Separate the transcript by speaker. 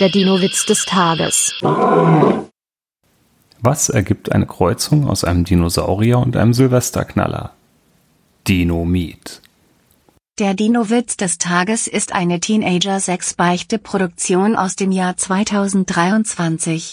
Speaker 1: Der Dino-Witz des Tages.
Speaker 2: Was ergibt eine Kreuzung aus einem Dinosaurier und einem Silvesterknaller? Dinomit.
Speaker 3: Der Dino-Witz des Tages ist eine Teenager-6-Beichte-Produktion aus dem Jahr 2023.